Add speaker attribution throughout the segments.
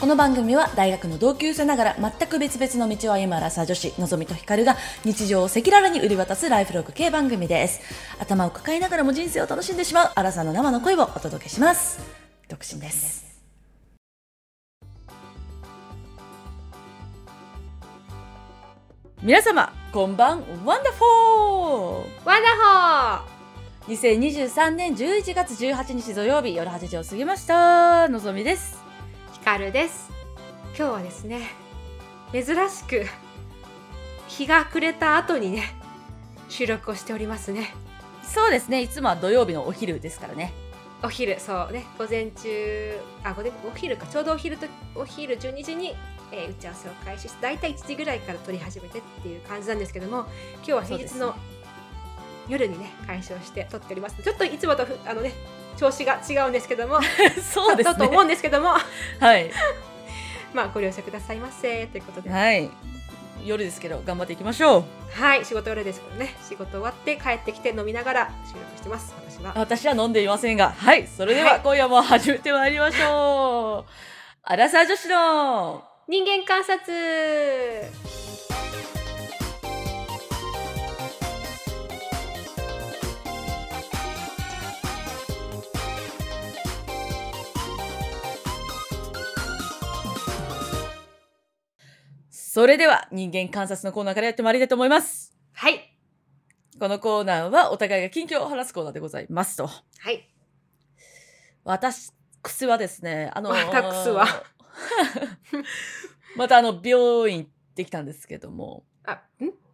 Speaker 1: この番組は大学の同級生ながら全く別々の道を歩むアラサー女子のぞみとひかるが日常を赤裸々に売り渡すライフログ系番組です頭を抱えながらも人生を楽しんでしまうアラサーの生の声をお届けします独身です皆様こんばんワンダフォー
Speaker 2: ワンダホ
Speaker 1: 2023年11月18日土曜日夜8時を過ぎましたのぞみです
Speaker 2: ーひかるです今日はですね珍しく日が暮れた後にね収録をしておりますね
Speaker 1: そうですねいつもは土曜日のお昼ですからね
Speaker 2: お昼そうね午前中あ午前お昼かちょうどお昼とお昼12時に、えー打ち合わせを開始して大体1時ぐらいから撮り始めてっていう感じなんですけども今日は平日
Speaker 1: そう
Speaker 2: の
Speaker 1: で
Speaker 2: 夜にね開始をして撮っておりますちょっといつもとふあのね調子が違うんですけども
Speaker 1: そうで
Speaker 2: だ
Speaker 1: す
Speaker 2: と思う
Speaker 1: ね
Speaker 2: んですけども
Speaker 1: はい
Speaker 2: まあご了承くださいませということで
Speaker 1: はい夜ですけど頑張っていきましょう
Speaker 2: はい、仕事夜ですけどね、仕事終わって帰ってきて飲みながら収録してます、私は。
Speaker 1: 私は飲んでいませんがはいそれでは
Speaker 2: はい
Speaker 1: 今夜も始めてまいりましょう、アラサー女子の
Speaker 2: 人間観察
Speaker 1: それでは人間観察のコーナーからやってまいりたいと思います
Speaker 2: はい、
Speaker 1: このコーナーはお互いが近況を話すコーナーでございますと
Speaker 2: はい、
Speaker 1: 私くすはですね、あのー、
Speaker 2: 私は
Speaker 1: またあの、病院行ってきたんですけども、
Speaker 2: あ、ん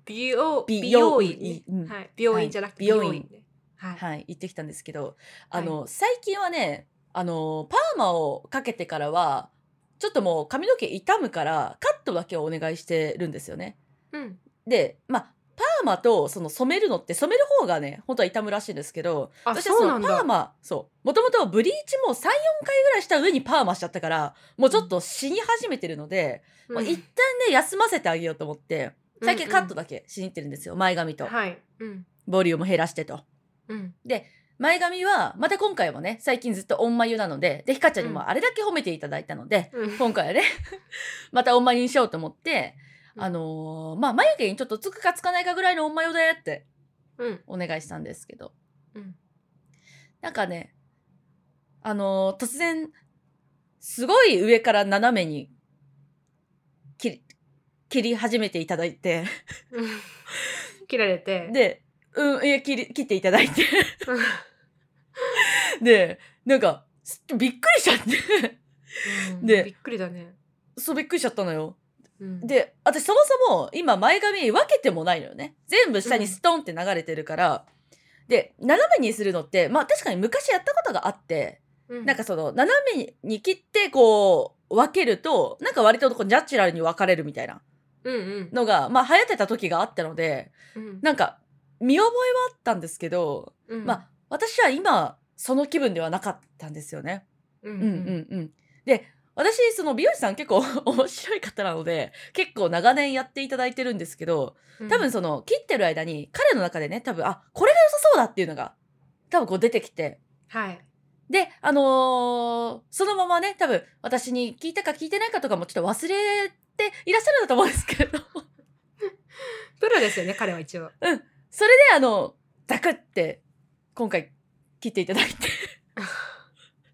Speaker 2: 美容
Speaker 1: 美
Speaker 2: 美
Speaker 1: 容
Speaker 2: 容
Speaker 1: 院
Speaker 2: 院ね、
Speaker 1: うん
Speaker 2: はい、病院じゃなくて
Speaker 1: はい
Speaker 2: 美容院ね。はい、
Speaker 1: はい、行ってきたんですけど、あの、最近はね、あのー、パーマをかけてからは、ちょっともう髪の毛傷むから、カットだけをお願いしてるんですよね。
Speaker 2: うん、
Speaker 1: で、まあ、パーマとその染めるのって染める方がね、本当は傷むらしいんですけど、
Speaker 2: あ、
Speaker 1: 私は
Speaker 2: そう
Speaker 1: そ
Speaker 2: な
Speaker 1: の
Speaker 2: ん
Speaker 1: パー
Speaker 2: だ。
Speaker 1: マ、そう。もともとブリーチも3、4回ぐらいした上にパーマしちゃったから、もうちょっと死に始めてるので、
Speaker 2: うん
Speaker 1: まあ、一旦ね休ませてあげようと思って最近カットだけしに行ってるんですよ、前髪と
Speaker 2: はい、うん、
Speaker 1: ボリューム減らしてと
Speaker 2: うん、
Speaker 1: 前髪はまた今回もね最近ずっとオンマユなのででひかちゃんに
Speaker 2: う
Speaker 1: も
Speaker 2: ん
Speaker 1: あれだけ褒めていただいたので、
Speaker 2: うん、
Speaker 1: 今回はね またオンマユにしようと思って、
Speaker 2: うん
Speaker 1: あのーまあ眉毛にちょっとつくかつかないかぐらいのオンマユだよって
Speaker 2: うん、
Speaker 1: お願いしたんですけど
Speaker 2: うん、
Speaker 1: なんかねあのー突然すごい上から斜めに切り切り始めていただいて
Speaker 2: うん切られて。
Speaker 1: で、うん、いや、切り、切っていただいて。
Speaker 2: うん、
Speaker 1: で、なんか、すびっくりしちゃって。
Speaker 2: うん
Speaker 1: で
Speaker 2: びっくりだね。
Speaker 1: そう、びっくりしちゃったのよ。
Speaker 2: うん、
Speaker 1: で、私そもそも、今、前髪分けてもないのよね。全部下にストンって流れてるから。で、斜めにするのって、まあ確かに昔やったことがあって、
Speaker 2: うん、
Speaker 1: なんかその、斜めに切って、こう、分けると、なんか割とこう、ナチュラルに分かれるみたいな
Speaker 2: うん、うん、
Speaker 1: のが、まあ流行ってた時があったので、
Speaker 2: うん、
Speaker 1: なんか、見覚えはあったんですけど、
Speaker 2: うん、
Speaker 1: まあ、私は今その気分ではなかったんですよね。
Speaker 2: うん、
Speaker 1: う
Speaker 2: うんん、
Speaker 1: うんうん、で私その美容師さん結構 面白い方なので結構長年やっていただいてるんですけど
Speaker 2: うん、
Speaker 1: 多分その切ってる間に彼の中でね多分あこれが良さそうだっていうのが多分こう出てきて
Speaker 2: はい、
Speaker 1: であのーそのままね多分私に聞いたか聞いてないかとかもちょっと忘れていらっしゃるんだと思うんですけれど
Speaker 2: プロですよね、彼は一応。
Speaker 1: それであのザクって今回切っていただいて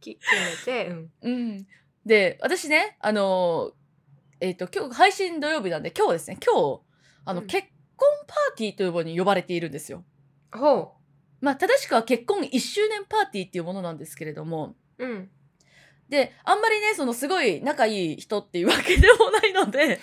Speaker 2: き切られて、うん。
Speaker 1: うん、で私ねあのえっ、と今日配信土曜日なんで今日ですね今日あの、
Speaker 2: うん
Speaker 1: 結婚パーティーというものに呼ばれているんですよ。
Speaker 2: ほ
Speaker 1: まあ正しくは結婚1周年パーティーっていうものなんですけれども
Speaker 2: う。うん。
Speaker 1: であんまりねそのすごい仲いい人っていうわけでもないの で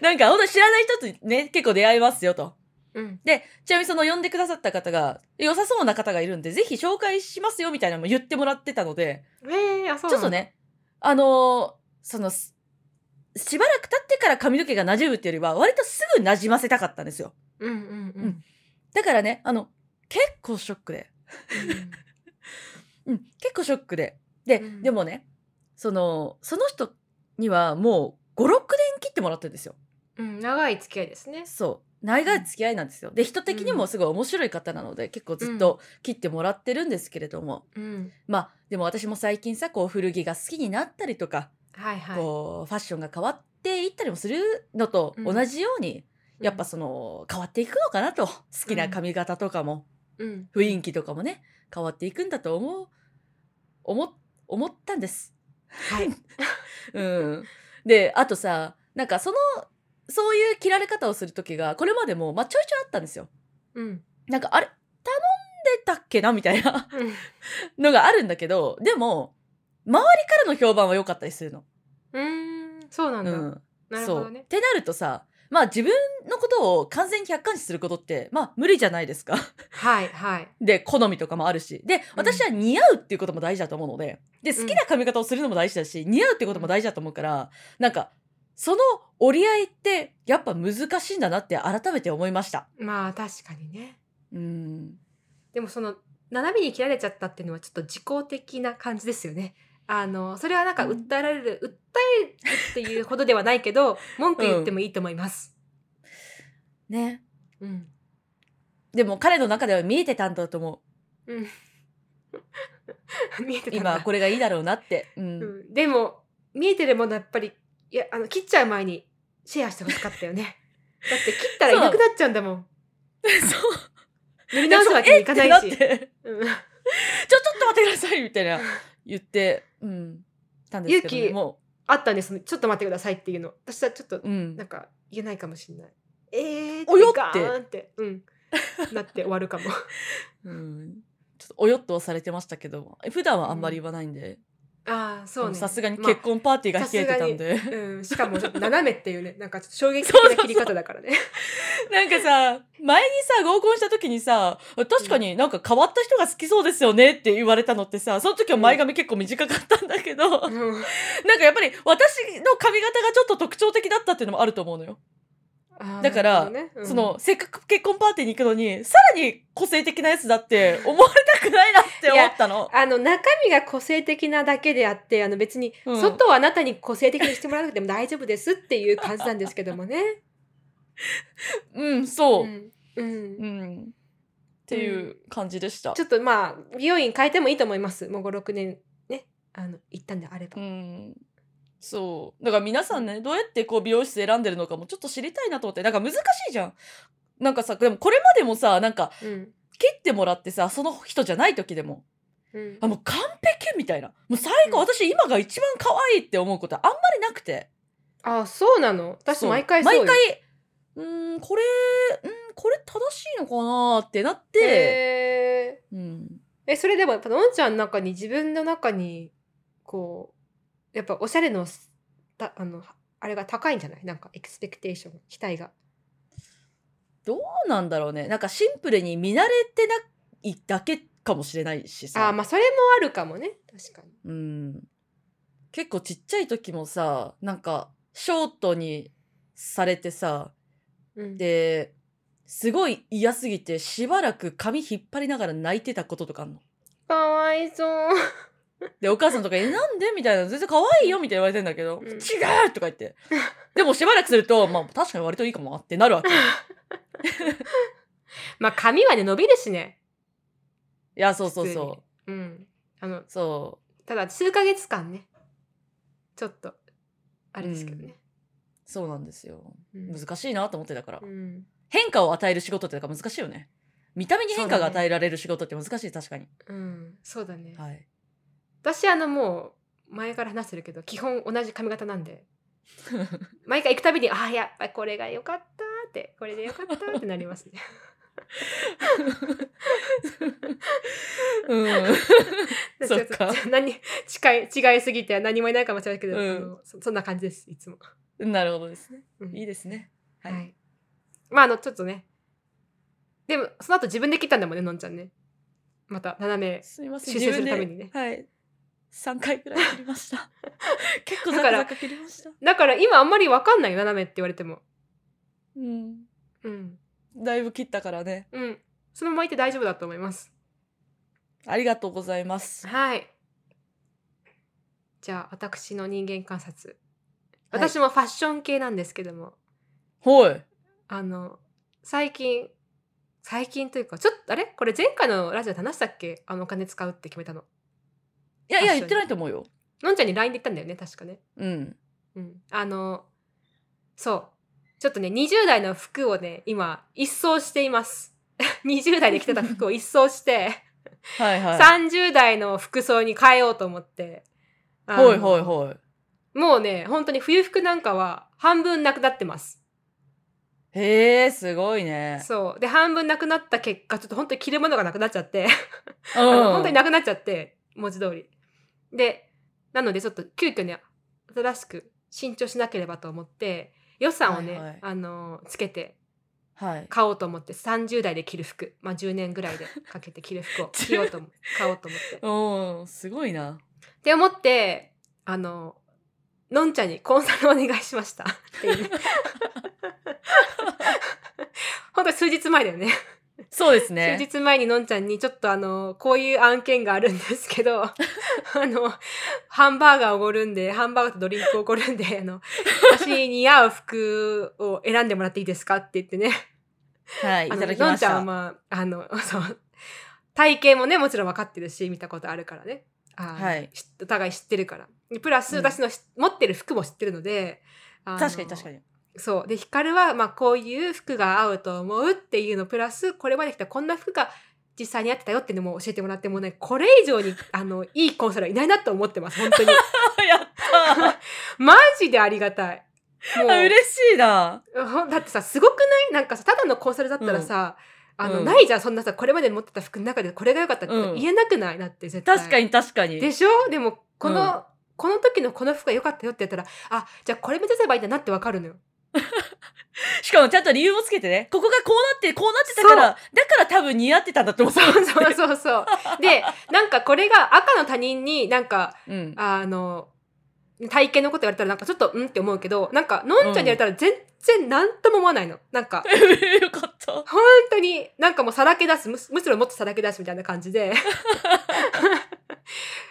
Speaker 1: なんか本当に知らない人とね結構出会えますよと。
Speaker 2: うん。
Speaker 1: でちなみにその呼んでくださった方が良さそうな方がいるんでぜひ紹介しますよみたいなのも言ってもらってたので
Speaker 2: ええあ、そう
Speaker 1: ちょ
Speaker 2: な
Speaker 1: っと
Speaker 2: んだ。
Speaker 1: ね、あのーその、すしばらく経ってから髪の毛が馴染むっていうよりは、割とすぐ馴染ませたかったんですよ。
Speaker 2: うんうんうん。うん
Speaker 1: だからね、あの、結構ショックで。うん、結構ショックで。で、
Speaker 2: うん
Speaker 1: でもね、その、その人にはもう5、6年切ってもらってるんですよ。
Speaker 2: うん、長い付き合いですね。
Speaker 1: そう。長い付き合いなんですよ。で、人的にもすごい面白い方なので、結構ずっと切ってもらってるんですけれども。
Speaker 2: うん。
Speaker 1: まあ、でも私も最近さ、こう古着が好きになったりとか、
Speaker 2: はいはい。
Speaker 1: こうファッションが変わっていったりもするのと
Speaker 2: うん
Speaker 1: 同じように、
Speaker 2: うん
Speaker 1: やっぱその変わっていくのかなと好きな髪型とかも、
Speaker 2: うん。
Speaker 1: 雰囲気とかもね変わっていくんだと思う思思ったんです。
Speaker 2: はい。
Speaker 1: うん、であとさなんかそのそういう切られ方をする時がこれまでも、まあ、ちょいちょいあったんですよ。
Speaker 2: うん。
Speaker 1: なんかあれ頼んでたっけなみたいな
Speaker 2: うん
Speaker 1: のがあるんだけどでも周りからの評判は良かったりするの。
Speaker 2: うーん。そうなんだ。
Speaker 1: うん
Speaker 2: なる
Speaker 1: そ
Speaker 2: ほ
Speaker 1: う
Speaker 2: どね
Speaker 1: っ。てなるとさまあ自分のことを完全に客観視することってまあ無理じゃないですか。
Speaker 2: はいはい。
Speaker 1: で好みとかもあるしで私は似合うっていうことも大事だと思うのでで好きな髪型をするのも大事だし、似合うってことも大事だと思うからなんかその折り合いってやっぱ難しいんだなって改めて思いました。
Speaker 2: まあ確かにね。
Speaker 1: うん
Speaker 2: でもその斜めに切られちゃったっていうのはちょっと自己的な感じですよね。あのそれはなんか訴えられる、訴えるっていうほどではないけど文句言ってもいいと思います。
Speaker 1: ね
Speaker 2: うん。
Speaker 1: でも彼の中では見えてたんだと思
Speaker 2: うん。見えて
Speaker 1: う
Speaker 2: たんだ
Speaker 1: 今これがいいだろうなって。うん
Speaker 2: うん、でも見えてるものはやっぱりいやあの切っちゃう前にシェアしてほしかったよ ね。だって切ったらいなくなっちゃうんだもん。
Speaker 1: そう
Speaker 2: 塗り直すわけにいかない
Speaker 1: って
Speaker 2: し。
Speaker 1: な って
Speaker 2: うん
Speaker 1: ちょ、ちょっと待ってくださいみたいな言って、うん、たんですけどね、
Speaker 2: 勇気
Speaker 1: も
Speaker 2: あったんですちょっと待ってくださいっていうの私はちょっと
Speaker 1: う、うん
Speaker 2: なんか言えないかもしれないえー
Speaker 1: およって
Speaker 2: ガーンってうんなって終わる かも
Speaker 1: うん、ちょっとおよっとはされてましたけど、普段はあんまり言わないんで、
Speaker 2: ああそうね
Speaker 1: さすがに結婚パーティーが冷えてたんで、
Speaker 2: まあうん、しかもちょっと斜めっていうねなんかちょっと衝撃的な切り方だからね
Speaker 1: なんかさ、前にさ、合コンした時にさ、確かになんか変わった人が好きそうですよねって言われたのってさ、その時は前髪結構短かったんだけど、なんか
Speaker 2: うん
Speaker 1: やっぱり私の髪型がちょっと特徴的だったっていうのもあると思うのよ。
Speaker 2: あー
Speaker 1: だから
Speaker 2: なるほどねうん
Speaker 1: その、せっかく結婚パーティーに行くのに、さらに個性的なやつだって思われたくないなって思ったの。
Speaker 2: あの中身が個性的なだけであってあの別に
Speaker 1: うん
Speaker 2: 外はあなたに個性的にしてもらわなくても大丈夫ですっていう感じなんですけどもね。
Speaker 1: うん、 そうう。
Speaker 2: んうん
Speaker 1: うん。っていう感じでした。
Speaker 2: ちょっとまあ美容院変えてもいいと思いますもう56年ねあの行ったんであれば
Speaker 1: う。ん。そう。だから皆さんね、どうやってこう美容室選んでるのかもちょっと知りたいなと思って、なんか難しいじゃん。なんかさ、でもこれまでもさ、なんか
Speaker 2: うん
Speaker 1: 切ってもらってさ、その人じゃない時でも、
Speaker 2: うん
Speaker 1: あ、もう完璧みたいな。もう最高、
Speaker 2: うん
Speaker 1: 私今が一番可愛いって思うことあんまりなくて。
Speaker 2: あそうなの私
Speaker 1: そう
Speaker 2: 毎回そうよ
Speaker 1: 毎回うーんこれうんこれ正しいのかなってなって、
Speaker 2: へ
Speaker 1: うん、
Speaker 2: ーえそれでもやっぱのんちゃんの中に自分の中にこうやっぱおしゃれのたあのあれが高いんじゃないなんかエクスペクテーション期待が
Speaker 1: どうなんだろうねなんかシンプルに見慣れてないだけかもしれないし
Speaker 2: あ
Speaker 1: さ、
Speaker 2: ーまあそれもあるかもね確かに
Speaker 1: うん、結構ちっちゃい時もさなんかショートにされてさ
Speaker 2: うん、
Speaker 1: ですごい嫌すぎてしばらく髪引っ張りながら泣いてたこととかあんの。
Speaker 2: かわいそう
Speaker 1: で、お母さんと か、え、なんでみたいな、全然可愛いよみたいな言われてんだけど、
Speaker 2: うん
Speaker 1: 違うとか言って。でもしばらくすると、まあ確かに割といいかもなってなるわ け。い
Speaker 2: まあ髪はね伸びるしね
Speaker 1: や、そうそう
Speaker 2: 普通
Speaker 1: そ
Speaker 2: にうんあの
Speaker 1: う。そ
Speaker 2: ただ数ヶ月間ねちょっとあれですけど
Speaker 1: う。
Speaker 2: ね、
Speaker 1: そうなんですよ。
Speaker 2: うん
Speaker 1: 難しいなと思ってたから
Speaker 2: う。ん
Speaker 1: 変化を与える仕事ってだから難しいよね。見た目に変化
Speaker 2: そう
Speaker 1: が
Speaker 2: だね
Speaker 1: 与えられる仕事って難しい、確かに。
Speaker 2: うん、そうだね、
Speaker 1: はい。
Speaker 2: 私あのもう前から話してるけど基本同じ髪型なんで 毎回行くたびに「ああやっぱりこれが良かった」って「これで良かった」ってなります ね
Speaker 1: うん。そ っか
Speaker 2: 何近い違いすぎて何もいないかもしれないけど、
Speaker 1: うん
Speaker 2: あのそそんな感じですいつも、
Speaker 1: なるほどですね。
Speaker 2: うん
Speaker 1: いいですね。
Speaker 2: は、
Speaker 1: はいい
Speaker 2: まああのちょっとねでもその後自分で切ったんだもんねのんちゃんねまた斜め
Speaker 1: すみません。
Speaker 2: 修正するためにね
Speaker 1: 自分ではい。3回くらい切りま した。結構
Speaker 2: だ
Speaker 1: ザ
Speaker 2: か
Speaker 1: ク
Speaker 2: ら
Speaker 1: ザク切りました。
Speaker 2: だから今あんまりわかんないよ斜めって言われても
Speaker 1: うん。
Speaker 2: うん
Speaker 1: だいぶ切ったからね。
Speaker 2: うんそのままいて大丈夫だと思います
Speaker 1: ありがとうございます。
Speaker 2: はい。じゃあ私の人間観察。
Speaker 1: はい
Speaker 2: 私もファッション系なんですけども、
Speaker 1: ほい。
Speaker 2: あの最近最近というかちょっとあれこれ前回のラジオで話したっけあのお金使うって決めたの。
Speaker 1: いやいや、
Speaker 2: 確かに
Speaker 1: 言ってないと思うよ。
Speaker 2: のんちゃんに LINE で言ったんだよね確かね
Speaker 1: うん。
Speaker 2: うんあのそうちょっとね20代の服をね今一掃しています 20代で着てた服を一掃して
Speaker 1: はいは
Speaker 2: 30代の服装に変えようと思って。
Speaker 1: い。
Speaker 2: あの
Speaker 1: ほいほいほい。
Speaker 2: もうね、本当に冬服なんかは半分なくなってます。
Speaker 1: へえ、すごいね。
Speaker 2: そう。で、半分なくなった結果、ちょっと本当に着るものがなくなっちゃって、
Speaker 1: う
Speaker 2: あ
Speaker 1: ん
Speaker 2: の本当になくなっちゃって、文字通り。で、なのでちょっと急遽ね、新しく新調しなければと思って、予算をね、
Speaker 1: はいはい
Speaker 2: あの、つけて
Speaker 1: はい。
Speaker 2: 買おうと思って、30代で着る服、まあ10年ぐらいでかけて着る 服を着ようと思、買おうと思っ
Speaker 1: う
Speaker 2: て。
Speaker 1: ん、すごいな。
Speaker 2: って思ってあののんちゃんにコンサルお願いしましたっていうね本当に数日前だよね
Speaker 1: そうです ね。
Speaker 2: 数日前にのんちゃんにちょっとあのこういう案件があるんですけど あのハンバーガーおごるんでハンバーガーとドリンクおごるんであの私に似合う服を選んでもらっていいですかって言ってね
Speaker 1: はい、い
Speaker 2: あ
Speaker 1: た
Speaker 2: の
Speaker 1: だき
Speaker 2: の
Speaker 1: ま
Speaker 2: ん
Speaker 1: し
Speaker 2: ちゃんは
Speaker 1: た。
Speaker 2: まああの そう体型もねもちろん分かってるし見たことあるからねあー
Speaker 1: はい
Speaker 2: しお互い知ってるからでプラス
Speaker 1: うん
Speaker 2: 私のし、持ってる服も知ってるので
Speaker 1: 確かに確か
Speaker 2: に
Speaker 1: に。
Speaker 2: そうで光は、まあ、こういう服が合うと思うっていうのプラスこれまで来たこんな服が実際に合ってたよっていうのも教えてもらってもうねこれ以上にあのいいコンサルはいないなと思ってます本 当に
Speaker 1: や った
Speaker 2: マジでありがたいもう
Speaker 1: ー嬉しいな。
Speaker 2: ほんだってさすごくないなんかさただのコンサルだったらさ、あの
Speaker 1: うん
Speaker 2: ないじゃんそんなさこれまで持ってた服の中でこれが良かったって
Speaker 1: うん
Speaker 2: 言えなくない、だって絶対
Speaker 1: 確かに確かに。
Speaker 2: でしょでもこの、
Speaker 1: うん
Speaker 2: この時のこの服が良かったよって言ったらあじゃあこれ目指せばいいんだなってわかるのよ
Speaker 1: しかもちゃんと理由もつけてね。ここがこうなって、こうなってたから、だから多分似合ってたんだと思う。
Speaker 2: そうそうそうそうでなんかこれが赤の他人になんか
Speaker 1: うん。
Speaker 2: あの体型のこと言われたらなんかちょっとうんって思うけどなんかのんちゃんに言われたら全然何とも思わないのなんか
Speaker 1: よかった。
Speaker 2: 本当になんかもうさらけ出すむしむしろもっとさらけ出すみたいな感じ で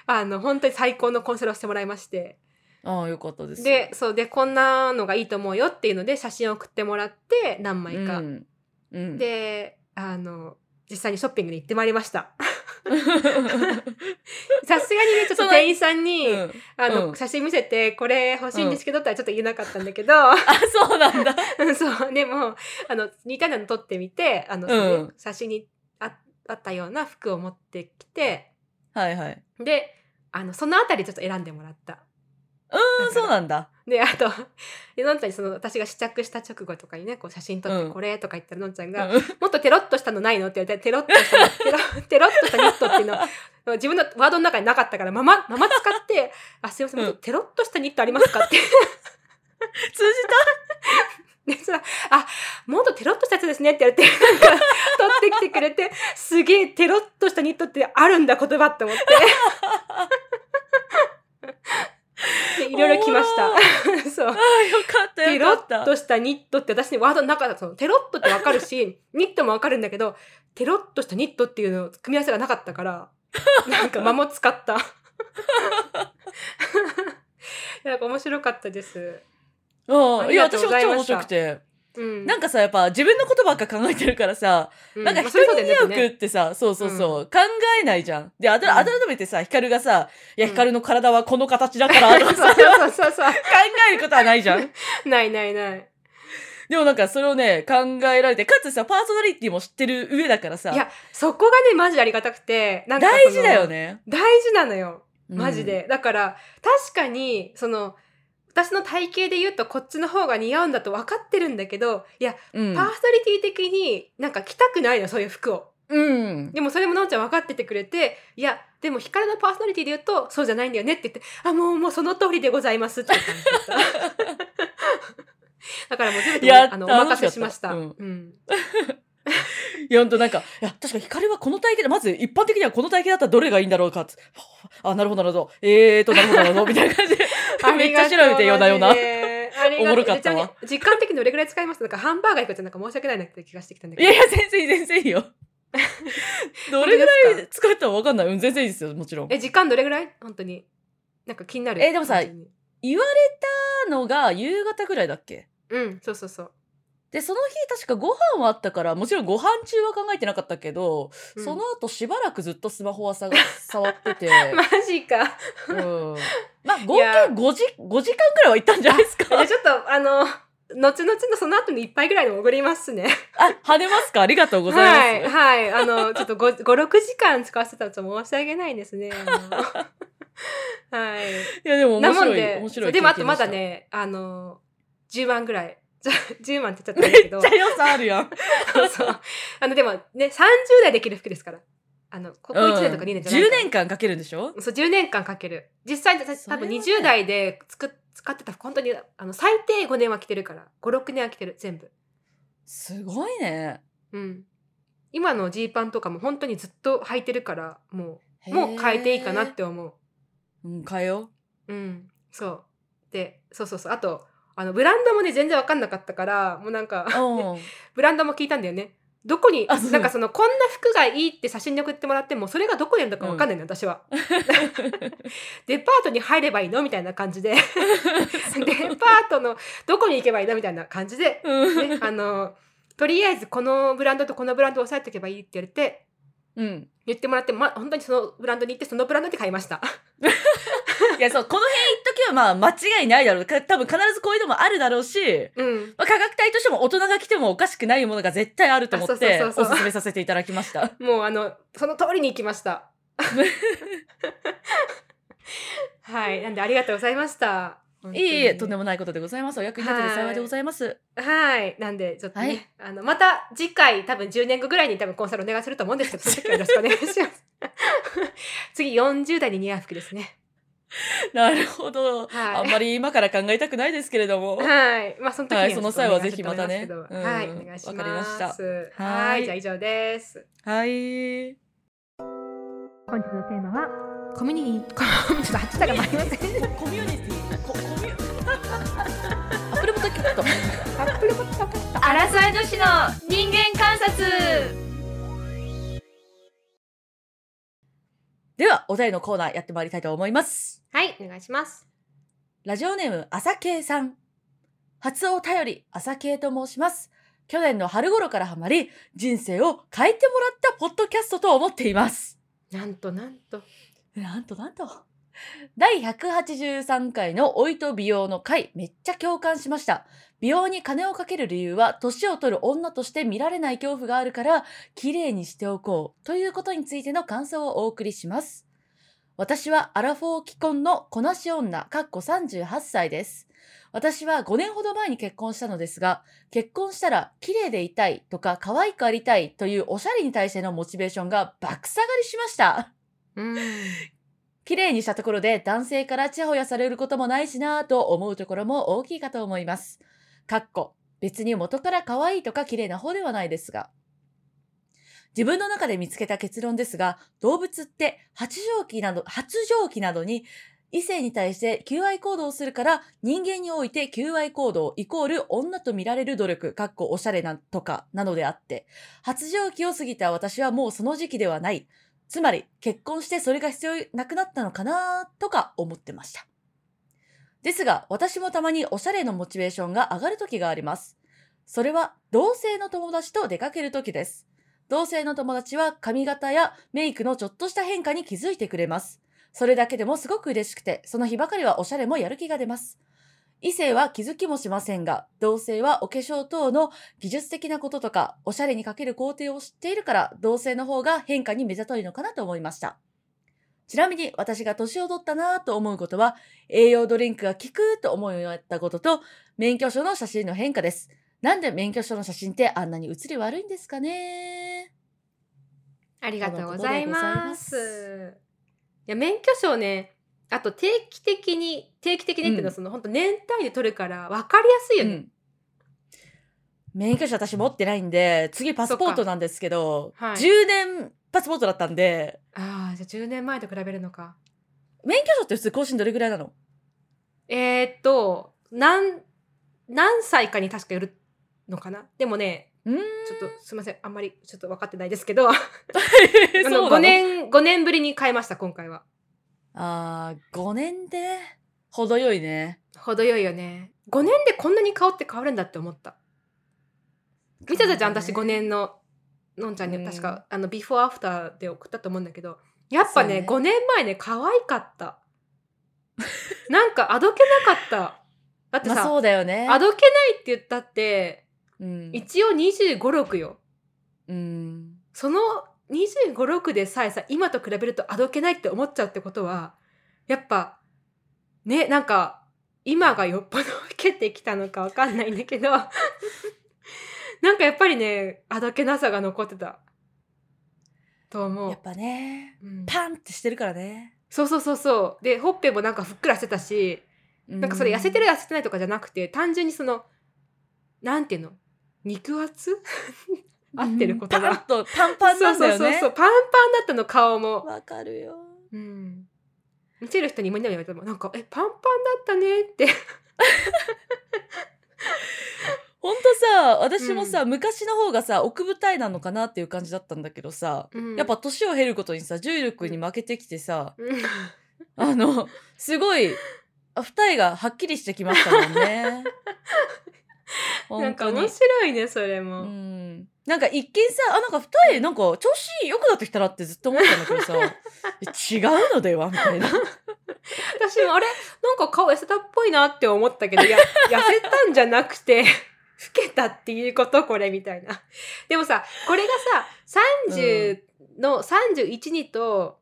Speaker 2: あの本当に最高のコンサルをしてもらいまして
Speaker 1: ああ、よかったです。
Speaker 2: でそうでこんなのがいいと思うよっていうので写真を送ってもらって何枚か、
Speaker 1: うん。 うん、
Speaker 2: であの実際にショッピングに行ってまいりました さすがにねちょっ
Speaker 1: そ
Speaker 2: と
Speaker 1: の
Speaker 2: 店員さんに、
Speaker 1: うん
Speaker 2: あの
Speaker 1: うん
Speaker 2: 写真見せてこれ欲しいんですけどってはちょっと言えなかったんだけど、
Speaker 1: あ、そうなんだ。
Speaker 2: うん そう、でも、あの、似たようなの撮ってみて、あ
Speaker 1: うん
Speaker 2: の、それ写真にああったような服を持ってきて、
Speaker 1: はいはい。
Speaker 2: で、あの、そのあたりちょっと選んでもらった。
Speaker 1: うん、そうなんだ。
Speaker 2: で、あと、 でのんちゃんにその、私が試着した直後とかにね、こう写真撮っ
Speaker 1: う
Speaker 2: て、
Speaker 1: ん
Speaker 2: これとか言ったら、のんちゃん
Speaker 1: う
Speaker 2: が、
Speaker 1: ん
Speaker 2: もっとテロッとしたのないのって言われて、テロッとしたの、 テロテロッとしたニットっていうの、自分のワードの中になかったから、まま、まま使って、あ、すいません、もっとテロッとしたニットありますかって。
Speaker 1: 通
Speaker 2: でさ、あ、もっとテロッとしたやつですねって言われて、なんか、取ってきてくれて、すげえテロッとしたニットってあるんだ言葉って思 って。でいろいろ来ました。 そう。
Speaker 1: じた。よかった、
Speaker 2: テ
Speaker 1: よか
Speaker 2: ロ
Speaker 1: っ
Speaker 2: ッ
Speaker 1: た。
Speaker 2: としたニットって私にワードの中だと、テロッとってわか るし、ニットもわかるんだけど、テロッとしたニットっていうの組み合わせがなかったから、なんか間も使 った。なんか面白かったです。
Speaker 1: うん。いや、
Speaker 2: ありがとう
Speaker 1: 私
Speaker 2: ご
Speaker 1: も
Speaker 2: ざい
Speaker 1: 超
Speaker 2: ま
Speaker 1: 面
Speaker 2: した
Speaker 1: 白くて。
Speaker 2: うん。
Speaker 1: なんかさ、やっぱ自分のことばっか考えてるからさ、
Speaker 2: うん
Speaker 1: なんか
Speaker 2: まあ
Speaker 1: 人
Speaker 2: それそうだ
Speaker 1: に
Speaker 2: よ
Speaker 1: 似
Speaker 2: ね
Speaker 1: 合
Speaker 2: だ
Speaker 1: う
Speaker 2: っ
Speaker 1: 服
Speaker 2: てね
Speaker 1: ってさ、そうそうそう、考えないじゃん。で、あた
Speaker 2: うん
Speaker 1: 改めてさ、ヒカルがさ、いや、
Speaker 2: うん
Speaker 1: ヒカルの体はこの形だから、と
Speaker 2: そう
Speaker 1: かさ、
Speaker 2: そ う
Speaker 1: 考
Speaker 2: そうそう。
Speaker 1: えることはないじゃん。
Speaker 2: ないないない。
Speaker 1: でもなんかそれをね、考えられて、かつさ、パーソナリティも知ってる上だからさ、
Speaker 2: いや、そこがね、マジありがたくて。なんかその
Speaker 1: 大事だよ。ね。
Speaker 2: 大事なのよ。
Speaker 1: うん
Speaker 2: マジ。で。だから、確かに、その、私の体型で言うとこっちの方が似合うんだと分かってるんだけど、いや、
Speaker 1: うん
Speaker 2: パー。ソナリティ的になんか着たくないの、そういう服を。
Speaker 1: うん。
Speaker 2: でもそれものんちゃん分かっててくれて、いや、でも光のパーソナリティで言うとそうじゃないんだよねって言って、あ、もうもうその通りでございますって感じだった。 だからもう全部
Speaker 1: やっ
Speaker 2: あ
Speaker 1: た
Speaker 2: のお任せしました。
Speaker 1: 楽しかっ
Speaker 2: うん。
Speaker 1: いや、ほんとなんか、いや、確かヒカルはこの体型で、まず一般的にはこの体型だったらどれがいいんだろうかって。あ、なるほど、なるほど。えーと、なるほど、なるほど、みたいな感じで めっちゃ調べてようなような
Speaker 2: あ。り
Speaker 1: おもろか
Speaker 2: がとうございますねありがとう
Speaker 1: ったわ
Speaker 2: ちなみに時間的にどれくらい使いますなんかハンバーガー行くとなんか申し訳ないなって気がしてきたんだ
Speaker 1: い
Speaker 2: けど。
Speaker 1: やいや、全然いい、全然いい よ。どれぐらい使ったか分かんない。うん、全然いいですよ、もちろん。
Speaker 2: え、時間どれくらい本当に。なんか気になる。
Speaker 1: えでもさ
Speaker 2: 単純に
Speaker 1: 言われたのが夕方ぐらいだっけ
Speaker 2: うん、そうそうそう。
Speaker 1: で、その日確かご飯はあったから、もちろんご飯中は考えてなかったけど、
Speaker 2: うん
Speaker 1: その後しばらくずっとスマホはさ触ってて、
Speaker 2: マジか。
Speaker 1: うん。まあ、合
Speaker 2: い
Speaker 1: 計
Speaker 2: や
Speaker 1: 5時、5時間くらいは行ったんじゃないですか
Speaker 2: じゃ あちょっと、あの、後々のその後に一杯ぐらいでも送りますね。
Speaker 1: あ、跳ねますかありがとうござ
Speaker 2: はいい、
Speaker 1: ます。
Speaker 2: はい。あの、ちょっと5、5 6時間使わせたらちょっと申し訳ないですね。あのはい。
Speaker 1: い、や、でも
Speaker 2: な
Speaker 1: 面
Speaker 2: もん
Speaker 1: 白い、
Speaker 2: で
Speaker 1: 面、白い。
Speaker 2: でもあとまだ。ね、あの、10万ぐらい。じゃ10万って言っちゃったん
Speaker 1: め
Speaker 2: で
Speaker 1: っ
Speaker 2: すけど
Speaker 1: ちゃ。予算あるやん。
Speaker 2: そう。あの、でもね、30代できる服ですから。あの、ここ1年とか2年じゃない
Speaker 1: うん10
Speaker 2: から、
Speaker 1: 年間かけるんでしょ
Speaker 2: そう、10年間かける。実際、た
Speaker 1: それ
Speaker 2: 多
Speaker 1: はね
Speaker 2: 分20代で作っ使ってた服、本当に、あの、最低5年は着てるから。5、6年は着てる、全部。
Speaker 1: すごいね。
Speaker 2: うん。今のジーパンとかも本当にずっと履いてるから、もう、もう変えていいかな
Speaker 1: へ
Speaker 2: っ
Speaker 1: ー。
Speaker 2: て思う。
Speaker 1: うん、変えよ
Speaker 2: うん、そう。で、そうそうそう。あと、あの、ブランドもね、全然わかんなかったから、もうなんか
Speaker 1: う。、うん。
Speaker 2: ブランドも聞いたんだよね。どこに、
Speaker 1: あそう
Speaker 2: なんかその、こんな服がいいって写真で送ってもらっても、それがどこにあるのかわかんない の、私は。デパートに入ればいいのみたいな感 じで。デパートの、どこに行けばいいのみたいな感じで、 ね、あの、とりあえずこのブランドとこのブランドを押さえておけばいいって言われて、
Speaker 1: うん。
Speaker 2: 言ってもらって、ま、本当にそのブランドに行って、そのブランドで買いました。
Speaker 1: いや、そう、この辺行っとけば、まあ、間違いないだろう。か多分必ずこういうのもあるだろうし、
Speaker 2: うん。
Speaker 1: まあ、価格帯としても大人が来てもおかしくないものが絶対あると思っ
Speaker 2: あ
Speaker 1: て、
Speaker 2: そうそうそうそう
Speaker 1: おすすめさせていただきま した。
Speaker 2: もうあのその通りに行き ました。はい、なんでありがとうございました。
Speaker 1: いえいえ、とんで
Speaker 2: も
Speaker 1: もないことでございます。お役に立てて幸いでございます。
Speaker 2: はい、なんでちょっとね、あのまた次回多分10年後ぐらいに多分コンサルお願いすると思うんですけど、その時はよろしくお願いします。 次40代に似合う服ですね。
Speaker 1: なるほど。
Speaker 2: はい
Speaker 1: あんまり今から考えたくないですけれども。
Speaker 2: はい、まあその時
Speaker 1: は
Speaker 2: に
Speaker 1: い
Speaker 2: は
Speaker 1: その
Speaker 2: ちょっとお
Speaker 1: 際
Speaker 2: 願い
Speaker 1: はぜひまたね
Speaker 2: しようと
Speaker 1: う
Speaker 2: 思
Speaker 1: ん
Speaker 2: いますけどはい、お願いします。
Speaker 1: わかりました
Speaker 2: は
Speaker 1: はい
Speaker 2: いじゃあ以上です。
Speaker 1: はい。
Speaker 2: 本日のテーマはコミュニティ、コミュニティちょっと拍手が回りま せん。
Speaker 1: コミュニティ。ココミュ。アップルポッドキャスト。
Speaker 2: アップルポッドキャスト
Speaker 3: アラサー女子の人間観察
Speaker 1: では、お便りのコーナーやってまいりたいと思います。
Speaker 2: はい、お願いします。
Speaker 1: ラジオネーム、朝慶さん。初お便り、朝慶と申します。去年の春頃からハマり、人生を変えてもらったポッドキャストと思っています。
Speaker 2: なんとなんと。
Speaker 1: なんとなんと。第183回の老いと美容の回、めっちゃ共感しました。美容に金をかける理由は、年を取る女として見られない恐怖があるから、綺麗にしておこう、ということについての感想をお送りします。私はアラフォー既婚のこなし女、かっこ38歳です。私は5年ほど前に結婚したのですが、結婚したら綺麗でいたいとか可愛くありたいというおしゃれに対してのモチベーションが爆下がりしました。
Speaker 2: うん。
Speaker 1: 綺麗にしたところで男性からちやほやされることもないしなぁと思うところも大きいかと思います。かっこ、別に元から可愛いとか綺麗な方ではないですが。自分の中で見つけた結論ですが、動物って発情期など、発情期などに異性に対して求愛行動をするから、人間において求愛行動イコール女と見られる努力、かっこおしゃれなとかなのであって、発情期を過ぎた私はもうその時期ではない。つまり結婚してそれが必要なくなったのかなとか思ってました。ですが私もたまにおしゃれのモチベーションが上がる時があります。それは同性の友達と出かける時です。同性の友達は髪型やメイクのちょっとした変化に気づいてくれます。それだけでもすごく嬉しくて、その日ばかりはおしゃれもやる気が出ます。異性は気づきもしませんが、同性はお化粧等の技術的なこととか、おしゃれにかける工程を知っているから、同性の方が変化に目ざといのかなと思いました。ちなみに私が年を取ったなぁと思うことは、栄養ドリンクが効くと思いやったことと、免許証の写真の変化です。なんで免許証の写真ってあんなに写り悪いんですかね
Speaker 2: ありがとうございます。いや、免許証ね、あと定期的に、定期的にっていうの
Speaker 1: うん
Speaker 2: は、その、本当年単位で取るから、分かりやすいよね。
Speaker 1: ん。免許証私持ってないんで、次パスポートなんですけど、
Speaker 2: そっかはい
Speaker 1: 10年パスポートだったんで、
Speaker 2: ああ、じゃあ10年前と比べるのか。
Speaker 1: 免許証って普通更新どれぐらいな の
Speaker 2: えー、っと、何、何歳かに確かよるのかな。でもね、
Speaker 1: うーん。
Speaker 2: ちょっとすみません、あんまりちょっと分かってないですけ ど、あ
Speaker 1: そうな
Speaker 2: の
Speaker 1: の
Speaker 2: 5年、5年ぶりに変えました、今回は。
Speaker 1: あー、5年で、程よいね。
Speaker 2: 程よいよね5年でこんなに顔って変わるんだって思った見てたじゃん、
Speaker 1: 変わるね
Speaker 2: 私5年ののんちゃん
Speaker 1: うん
Speaker 2: に確か、あのビフォーアフターで送ったと思うんだけどやっぱ
Speaker 1: そう
Speaker 2: ね
Speaker 1: ね
Speaker 2: 5年前ね可愛かったなんかあどけなかっただって
Speaker 1: まあ
Speaker 2: さ、
Speaker 1: そうだよね
Speaker 2: あどけないって言ったって
Speaker 1: うん
Speaker 2: 一応2 5 6よ
Speaker 1: うん
Speaker 2: その2 5 6でさえさ今と比べるとあどけないって思っちゃうってことはやっぱねなんか今がよっぽど老けてきたのかわかんないんだけど なんかやっぱりねあどけなさが残ってたと
Speaker 1: や
Speaker 2: 思う
Speaker 1: っ、ぱね
Speaker 2: うん
Speaker 1: パンってしてるからね
Speaker 2: そうそうそうそうでほっぺもなんかふっくらしてたしな
Speaker 1: なん
Speaker 2: かそれ痩せてる痩せてないとかじゃなくて単純にそのなんていうの肉厚合ってること
Speaker 1: パン
Speaker 2: が。
Speaker 1: とパンパンなんだよね
Speaker 2: そうそうそうそうパンパンだったの顔も、
Speaker 1: わかるよ
Speaker 2: うん、見てる人に今にも言われてもなんか「えパンパンだったね」って
Speaker 1: ほんとさ私もさ、昔の方がさ奥二重なのかなっていう感じだったんだけどさ、
Speaker 2: うん
Speaker 1: やっぱ年を経ることにさ重力に負けてきてさ、
Speaker 2: うん
Speaker 1: あのすご いあ二重がはっきりしてきましたもんね
Speaker 2: なん
Speaker 1: 本
Speaker 2: か
Speaker 1: 当
Speaker 2: 面
Speaker 1: に
Speaker 2: 白いねそれ
Speaker 1: う
Speaker 2: も、
Speaker 1: んなんか一見さあなんか二重なんか調子良くなってきたなってずっと思ってたんだけどさ え違うのではみたいな
Speaker 2: 私もあれなんか顔痩せたっぽいなって思ったけどい や痩せたんじゃなくて老けたっていうことこれみたいなでもさこれがさ30の31にと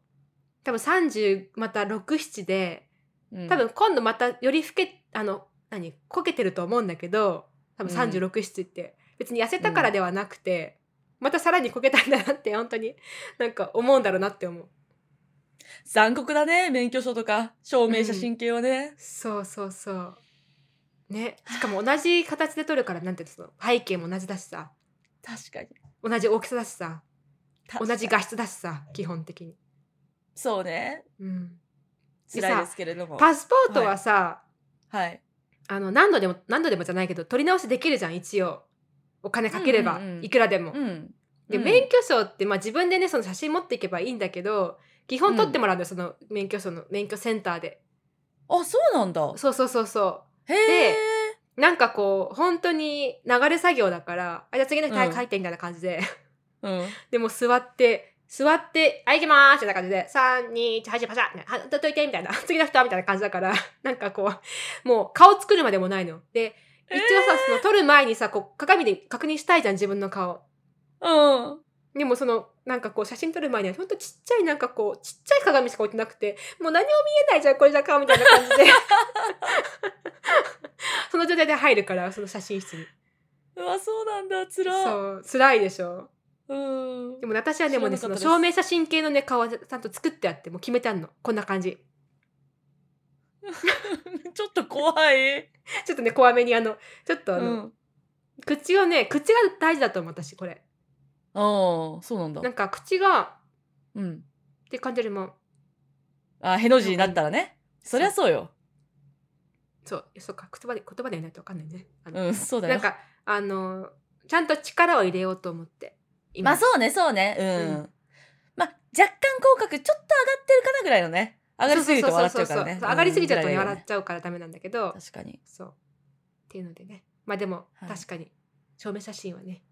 Speaker 2: 多分30また67で
Speaker 1: うん
Speaker 2: 多分今度またより老けあの何こけてると思うんだけど多分
Speaker 1: うん
Speaker 2: 367って、別に痩せたからではなくて、またさらにこけたんだなって本当になんか思うんだろうなって思う
Speaker 1: 残酷だね免許証とか証明写真系はね、
Speaker 2: そうそうそうねしかも同じ形で撮るからなんていうのその背景も同じだしさ
Speaker 1: 確かに
Speaker 2: 同じ大きさだしさ
Speaker 1: 確かに
Speaker 2: 同じ画質だしさ基本的に、
Speaker 1: そうね
Speaker 2: うん、でさ
Speaker 1: 辛いですけれども
Speaker 2: パスポートはさ、
Speaker 1: はい
Speaker 2: あの何度でも何度でもじゃないけど取り直しできるじゃん一応お金かけれ
Speaker 1: う
Speaker 2: ば、
Speaker 1: んうんうん
Speaker 2: いくらでも、
Speaker 1: うん
Speaker 2: で、
Speaker 1: うん
Speaker 2: 免許証って、まあ、自分でねその写真持っていけばいいんだけど基本取ってもらうんだよ、その免許証の免許センターで
Speaker 1: あそうなんだ
Speaker 2: そうそうそうそ
Speaker 1: へえ
Speaker 2: うなんかこう本当に流れ作業だからあじゃあ次の人
Speaker 1: うん
Speaker 2: 書いてみたいな感じで、
Speaker 1: うん
Speaker 2: でも座って座って「あ行きまーす」みたいな感じで「321パシャパシャ」みたいな「はどっといて」みたいな「 次の人」みたいな感じだから なんかこうもう顔作るまでもないので一応さ、その撮る前にさこう鏡で確認したいじゃん自分の顔
Speaker 1: うん
Speaker 2: でもそのなんかこう写真撮る前にはほんとちっちゃいなんかこうちっちゃい鏡しか置いてなくてもう何も見えないじゃんこれじゃかみたい な感じでその状態で入るからその写真室に
Speaker 1: うわそうなんだつらう
Speaker 2: そう辛いでしょ
Speaker 1: うん
Speaker 2: でも私はでもね
Speaker 1: 知ら
Speaker 2: そ
Speaker 1: なかったで
Speaker 2: の
Speaker 1: す
Speaker 2: 証明写真系のね顔はちゃんと作ってあってもう決めてあんのこんな感じ
Speaker 1: ちょっと怖い
Speaker 2: ちょっとね怖めにあのちょっとあ
Speaker 1: う
Speaker 2: の、
Speaker 1: ん
Speaker 2: 口をね口が大事だと思う私これ
Speaker 1: ああそうなんだ
Speaker 2: なんか口が
Speaker 1: うん
Speaker 2: って感じよりも
Speaker 1: あへの字になったらねそりゃそうよ
Speaker 2: そうそうか言葉で言葉で言わないと分かんないねあの
Speaker 1: うんそうだよ
Speaker 2: なんかあのちゃんと力を入れようと思って
Speaker 1: まあそうねそうねうん、
Speaker 2: う
Speaker 1: まあ若干口角ちょっと上がってるかなぐらいのね上がりすぎると笑っちゃうからね
Speaker 2: そうそうそうそう上がりすぎちゃうとね
Speaker 1: んぐらい
Speaker 2: 笑
Speaker 1: よ
Speaker 2: っ
Speaker 1: ね
Speaker 2: ちゃうからダメなんだけど
Speaker 1: 確かに
Speaker 2: そうっていうのでねまあでも、
Speaker 1: はい
Speaker 2: 確かに証明写真はね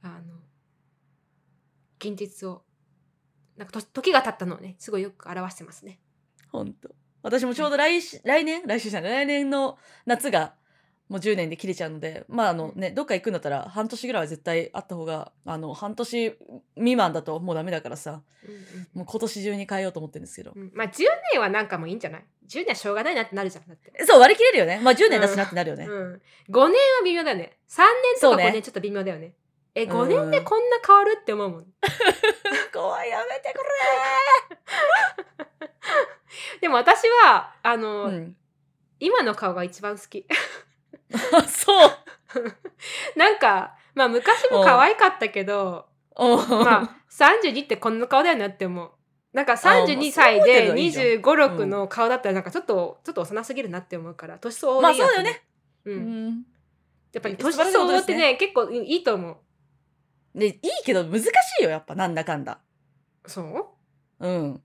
Speaker 2: あの現実をなんかと時が経ったのをねすごいよく表してますね
Speaker 1: 本当私もちょうど来し来年来週じゃない来年の夏がもう10年で切れちゃうのでまああのねどっか行くんだったら半年ぐらいは絶対あった方があの半年未満だともうダメだからさ
Speaker 2: うんうん
Speaker 1: もう今年中に変えようと思ってるんですけど、
Speaker 2: うんまあ10年はなんかもういいんじゃない10年はしょうがないなってなるじゃんだって、
Speaker 1: そう割り切れるよねまあ10年だしなってなるよ
Speaker 2: う
Speaker 1: ね、
Speaker 2: ん、5年は微妙だよね3年と
Speaker 1: そう
Speaker 2: か
Speaker 1: ね
Speaker 2: 5年ちょっと微妙だよねえ
Speaker 1: ん
Speaker 2: 5年でこんな変わるって思うもん
Speaker 1: 怖いやめてこ
Speaker 2: でも私はあの、
Speaker 1: れ、うん、
Speaker 2: 今の顔が一番好き
Speaker 1: あそう
Speaker 2: なんかまあ昔も可愛かったけど
Speaker 1: お
Speaker 2: まあ32ってこんな顔だよなって思うなんか32歳
Speaker 1: そう思ってん
Speaker 2: で
Speaker 1: のいいじゃん
Speaker 2: 2 5 6の顔だったらなんかちょっと、ちょっと幼すぎるなって思うから年相応でいいなって思
Speaker 1: まあ
Speaker 2: う、
Speaker 1: うんん、
Speaker 2: やっぱり
Speaker 1: 素
Speaker 2: 年
Speaker 1: 晴らしい
Speaker 2: 相
Speaker 1: こと
Speaker 2: 応
Speaker 1: で
Speaker 2: っ
Speaker 1: すね
Speaker 2: てね結構いいと思う
Speaker 1: でいいけど難しいよやっぱなんだかんだ
Speaker 2: そう
Speaker 1: うん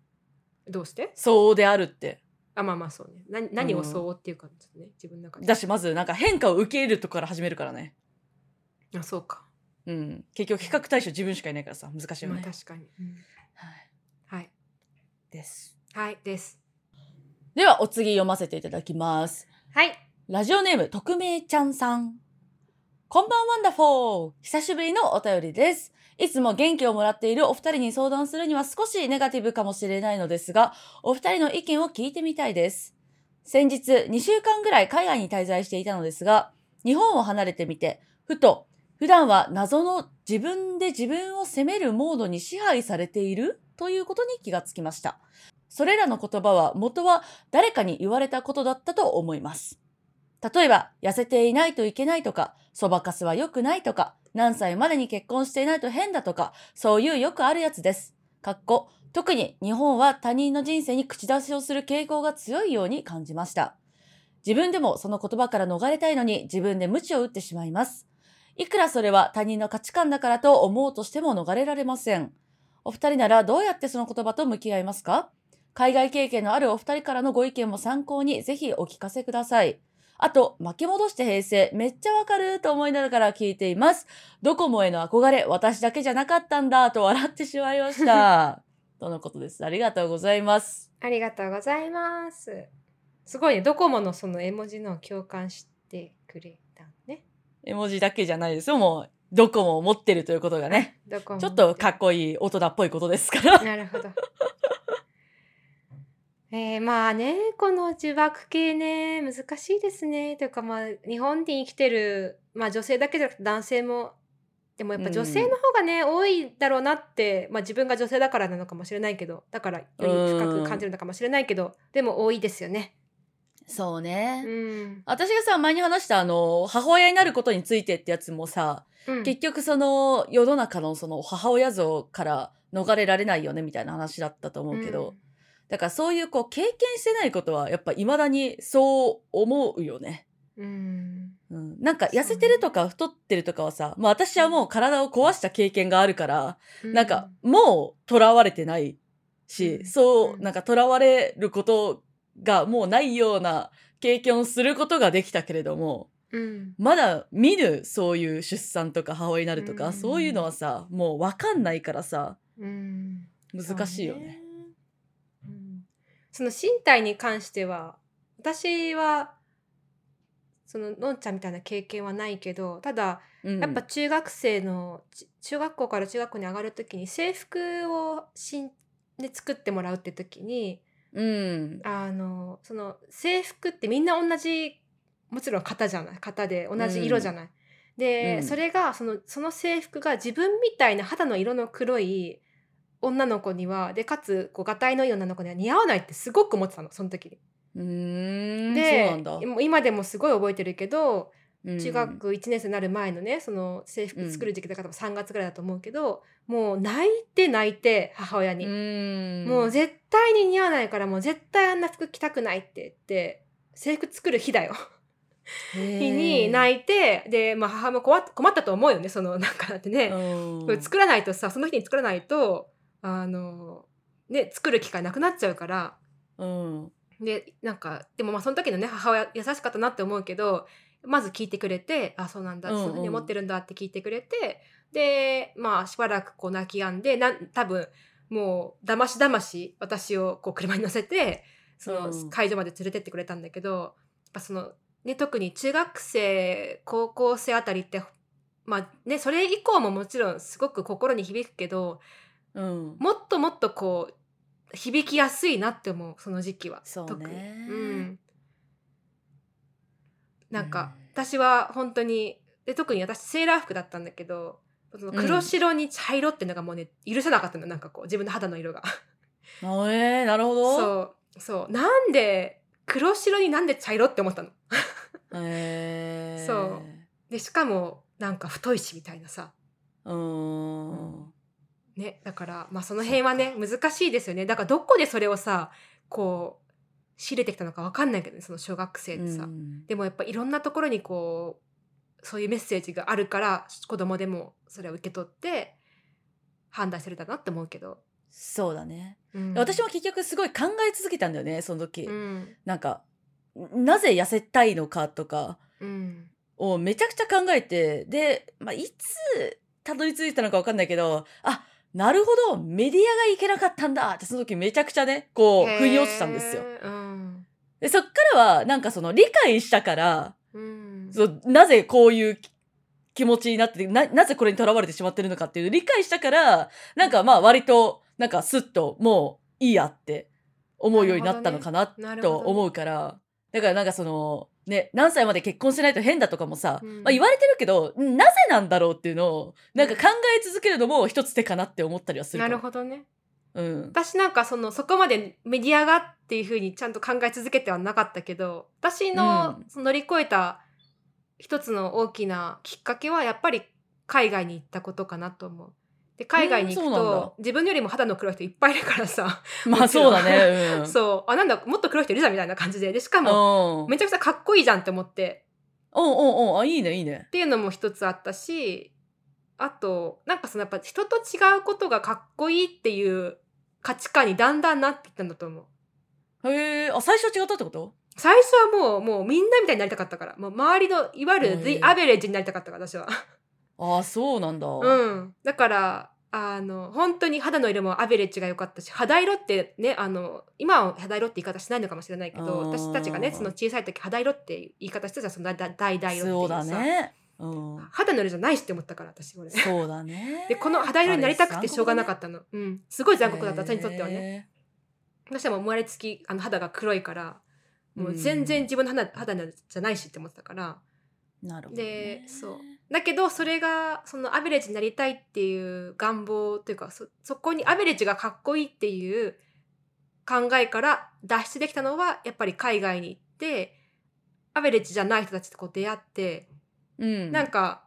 Speaker 2: どうして
Speaker 1: 相応であるって
Speaker 2: あまあまあそうねな何を相応っていうかちょっとね自分の中で
Speaker 1: だしまずなんか変化を受け入れるとこから始めるからね
Speaker 2: あそうか、
Speaker 1: うん、結局比較対象自分しかいないからさ難しいよ
Speaker 2: まあ
Speaker 1: ね、
Speaker 2: 確かに、うん
Speaker 1: はい、
Speaker 2: はい
Speaker 1: です
Speaker 2: はいです
Speaker 1: ではお次読ませていただきます。
Speaker 3: はい。
Speaker 1: ラジオネーム、匿名ちゃんさん。こんばんワンダフォー久しぶりのお便りです。いつも元気をもらっているお二人に相談するには少しネガティブかもしれないのですが、お二人の意見を聞いてみたいです。先日、2週間ぐらい海外に滞在していたのですが、日本を離れてみて、ふと、普段は謎の自分で自分を責めるモードに支配されているということに気がつきました。それらの言葉は元は誰かに言われたことだったと思います。例えば、痩せていないといけないとか、そばかすは良くないとか、何歳までに結婚していないと変だとか、そういうよくあるやつです。かっこ、特に日本は他人の人生に口出しをする傾向が強いように感じました。自分でもその言葉から逃れたいのに自分で無知を打ってしまいます。いくらそれは他人の価値観だからと思うとしても逃れられません。お二人ならどうやってその言葉と向き合いますか海外経験のあるお二人からのご意見も参考にぜひお聞かせください。あと、巻き戻して平成、めっちゃわかると思いながら聞いています。ドコモへの憧れ、私だけじゃなかったんだと笑ってしまいま した。とのことです。ありがとうございます。
Speaker 2: ありがとうございます。すごいね、ドコモのその絵文字の共感してくれたね。
Speaker 1: 絵文字だけじゃないですよ。もう、ドコモを持ってるということがね、
Speaker 2: ドコモ
Speaker 1: ちょっとかっこいい大人っぽいことですから。
Speaker 2: なるほど。 えー、まあねこの呪縛系ね難しいですねというかまあ日本に生きてる、まあ、女性だけじゃなくて男性もでもやっぱ女性の方がね、多いだろうなって、まあ、自分が女性だからなのかもしれないけどだからより深く感じるのかもしれないけどでも多いですよね。
Speaker 1: そう
Speaker 2: う
Speaker 1: ね。
Speaker 2: ん
Speaker 1: 私がさ、前に話したあの、母親になることについてってやつもさ、
Speaker 2: うん
Speaker 1: 結局その、世の中のその母親像から逃れられないよね、みたいな話だったと思うけど、
Speaker 2: ん
Speaker 1: だからそういうこう経験してないことはやっぱ未だにそう思うよね。
Speaker 2: うん
Speaker 1: うん、なんか痩せてるとか太ってるとかはさ、まあ私はもう体を壊した経験があるから、なんかもう囚われてないし、
Speaker 2: うん
Speaker 1: そうう、
Speaker 2: ん
Speaker 1: なんか囚われることがもうないような経験をすることができたけれども、
Speaker 2: うん
Speaker 1: まだ見ぬそういう出産とか母親になるとか、
Speaker 2: うん
Speaker 1: そういうのはさ、もうわかんないからさ、
Speaker 2: うん
Speaker 1: 難しいよね。
Speaker 2: そうね。うんその身体に関しては私はそののんちゃんみたいな経験はないけどただ
Speaker 1: うん
Speaker 2: やっぱ中学生の、ち中学校から中学校に上がる時に制服をしんで作ってもらうって時に
Speaker 1: うん。
Speaker 2: あのその制服ってみんな同じもちろん型じゃない型で同じ色じゃない。で、
Speaker 1: うん
Speaker 2: それがそのその制服が自分みたいな肌の色の黒い女の子にはでかつこうがたいのいい女の子には似合わないってすごく思ってたのその時に。
Speaker 1: うーん。
Speaker 2: で
Speaker 1: そうなんだ。
Speaker 2: もう今でもすごい覚えてるけど
Speaker 1: うん
Speaker 2: 中学1年生になる前のねその制服作る時期だから3月ぐらいだと思うけど、もう泣いて泣いて母親に。も
Speaker 1: も
Speaker 2: う絶対に似合わないからもう絶対あんな服着たくないって言って制服作る日だよ日に
Speaker 1: い、
Speaker 2: 泣いてで、まあ、母も困っ困ったと思うよねそのなんかだってね、これ
Speaker 1: う
Speaker 2: 作らないとさその日に作らないとあのね作る機会なくなっちゃうから
Speaker 1: ん
Speaker 2: でなんかでもまあその時のね母親優しかったなって思うけどまず聞いてくれて「あそうなんだ、
Speaker 1: うんうん
Speaker 2: そういうふうに思ってるんだ」って聞いてくれてでまあしばらくこう泣き止んでなん多分もうだましだまし私をこう車に乗せてその
Speaker 1: うん
Speaker 2: 会場まで連れてってくれたんだけど、やっぱその、ね、特に中学生高校生あたりってまあねそれ以降ももちろんすごく心に響くけど
Speaker 1: うん、
Speaker 2: もっともっとこう響きやすいなって思うその時期は。
Speaker 1: そう
Speaker 2: 特に
Speaker 1: ね、
Speaker 2: うん、なんか、
Speaker 1: うん
Speaker 2: 私は本当にで特に私セーラー服だったんだけどその
Speaker 1: う
Speaker 2: 黒
Speaker 1: ん
Speaker 2: 白に茶色ってのがもうね許せなかったのなんかこう自分の肌の色が
Speaker 1: あえー、なるほどう、
Speaker 2: そうそうなんで黒白になんで茶色って思ったの
Speaker 1: えー、
Speaker 2: そうでしかもなんか太いしみたいなさ
Speaker 1: うーん、
Speaker 2: ねだからまあその辺はね難しいですよねだからどこでそれをさこう仕入れてきたのかわかんないけどねその小学生ってさ、
Speaker 1: うん
Speaker 2: でもやっぱいろんなところにこうそういうメッセージがあるから子供でもそれを受け取って判断してるんだなって思うけど、
Speaker 1: そうだね、
Speaker 2: うん
Speaker 1: 私も結局すごい考え続けたんだよねその時、
Speaker 2: うん
Speaker 1: なんかなぜ痩せたいのかとか
Speaker 2: うん
Speaker 1: をめちゃくちゃ考えてで、まあ、いつたどり着いたのかわかんないけどあなるほどメディアがいけなかったんだってその時めちゃくちゃねこう腑に落ちたんですよ
Speaker 2: へ。ーうん
Speaker 1: でそっからは、なんかその、理解したから、
Speaker 2: うん
Speaker 1: そうなぜこういうき気持ちになっててななぜこれにとらわれてしまってるのかっていう理解したからなんかまあ割となんかスッともういいやって思うようになったのかな
Speaker 2: なるほ
Speaker 1: と
Speaker 2: どね
Speaker 1: 思うから、だからなんかそのね何歳まで結婚しないと変だとかもさ、
Speaker 2: うん
Speaker 1: まあ、言われてるけどなぜなんだろうっていうのをなんか考え続けるのも一つ手かなって思ったりはする
Speaker 2: な
Speaker 1: かも
Speaker 2: るほどね
Speaker 1: うん、
Speaker 2: 私なんかそのそこまでメディアがっていうふうにちゃんと考え続けてはなかったけど私の
Speaker 1: うん
Speaker 2: その乗り越えた一つの大きなきっかけはやっぱり海外に行ったことかなと思う。で海外に行く
Speaker 1: うんそうなんだ
Speaker 2: と自分よりも肌の黒い人いっぱいいるからさ、
Speaker 1: まあそうだね、うん、
Speaker 2: そうあなんだもっと黒い人いるじゃんみたいな感じででしか
Speaker 1: うん
Speaker 2: も
Speaker 1: おう
Speaker 2: めちゃくちゃかっこいいじゃんって思って
Speaker 1: おうおうあいいねいいね
Speaker 2: っていうのも一つあったしあとなんかそのやっぱ人と違うことがかっこいいっていう価値観にだんだんなってきたんだと思う。
Speaker 1: へえあ最初は違ったってこと
Speaker 2: 最初はもうもうみんなみたいになりたかったからもう周りのいわゆ
Speaker 1: う
Speaker 2: る
Speaker 1: ん
Speaker 2: The Average になりたかったから私は。
Speaker 1: ああそうなんだ、
Speaker 2: うん、だからあの本当に肌の色もアベレッジが良かったし肌色ってねあの今は肌色って言い方しないのかもしれないけど
Speaker 1: うん
Speaker 2: 私たちがねその小さい時肌色っていう言い方してたじゃんそのだだ色ってい
Speaker 1: そう
Speaker 2: う
Speaker 1: だ
Speaker 2: さ
Speaker 1: ね。うん。
Speaker 2: 肌の色じゃないしって思ったから私俺。
Speaker 1: そうだね。
Speaker 2: でこの肌色になりたくてしょうがなか
Speaker 1: っ
Speaker 2: ったの、うん、すごい残酷だった私にとってはね。
Speaker 1: ね。
Speaker 2: どうしても生まれつきあの肌が黒いからもううん全然自分の肌肌なんじゃないしって思ってたから
Speaker 1: なるほどね。
Speaker 2: でそうだけどそれがそのアベレージになりたいっていう願望というかそそこにアベレージがかっこいいっていう考えから脱出できたのはやっぱり海外に行ってアベレージじゃない人たちとこう出会って、
Speaker 1: うん。
Speaker 2: なんか、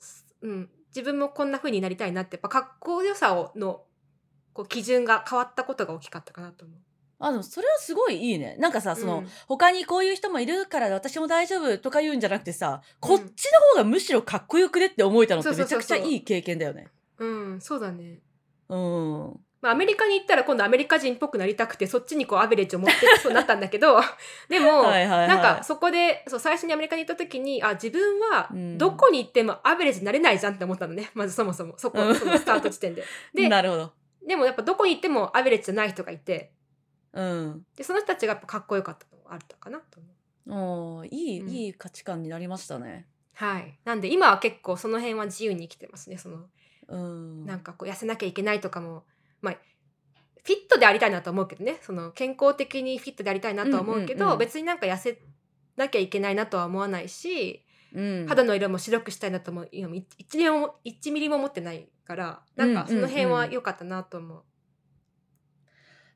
Speaker 2: すうん、自分もこんな風になりたいなってやっぱかっこよさをのこう基準が変わったことが大きかったかなと思う。
Speaker 1: あでもそれはすごいいいね。なんかさその、
Speaker 2: うん
Speaker 1: 他にこういう人もいるから私も大丈夫とか言うんじゃなくてさ、こっちの方がむしろかっこよくねって思えたのって
Speaker 2: そうそ
Speaker 1: め
Speaker 2: う
Speaker 1: ち
Speaker 2: そ
Speaker 1: ゃ
Speaker 2: う
Speaker 1: くち
Speaker 2: そ
Speaker 1: ゃ
Speaker 2: う
Speaker 1: いい経験だよね。
Speaker 2: うん、そうだね。
Speaker 1: うん。
Speaker 2: まあ、アメリカに行ったら今度アメリカ人っぽくなりたくてそっちにこうアベレージを持ってそうになったんだけどでも、
Speaker 1: はいはいはい。
Speaker 2: なんかそこでそう最初にアメリカに行った時にあ自分は
Speaker 1: うん
Speaker 2: どこに行ってもアベレージになれないじゃんって思ったのねまずそもそもそこ
Speaker 1: うん
Speaker 2: そのスタート地点で。で
Speaker 1: なるほど。
Speaker 2: でもやっぱどこに行ってもアベレージじゃない人がいて
Speaker 1: うん。
Speaker 2: でその人たちがやっぱかっこよかったのがあったかなと思う。
Speaker 1: おーいい、
Speaker 2: うん
Speaker 1: いい価値観になりましたね。
Speaker 2: はい、なんで今は結構その辺は自由に生きてますねその
Speaker 1: うん。
Speaker 2: なんかこう痩せなきゃいけないとかも、まあ、フィットでありたいなと思うけどねその健康的にフィットでありたいなとは思うけど、
Speaker 1: うんうんうん
Speaker 2: 別になんか痩せなきゃいけないなとは思わないし、
Speaker 1: うん、
Speaker 2: 肌の色も白くしたいなとも今も1ミリも1ミリも持ってないからなんかその辺は良かったなと思う。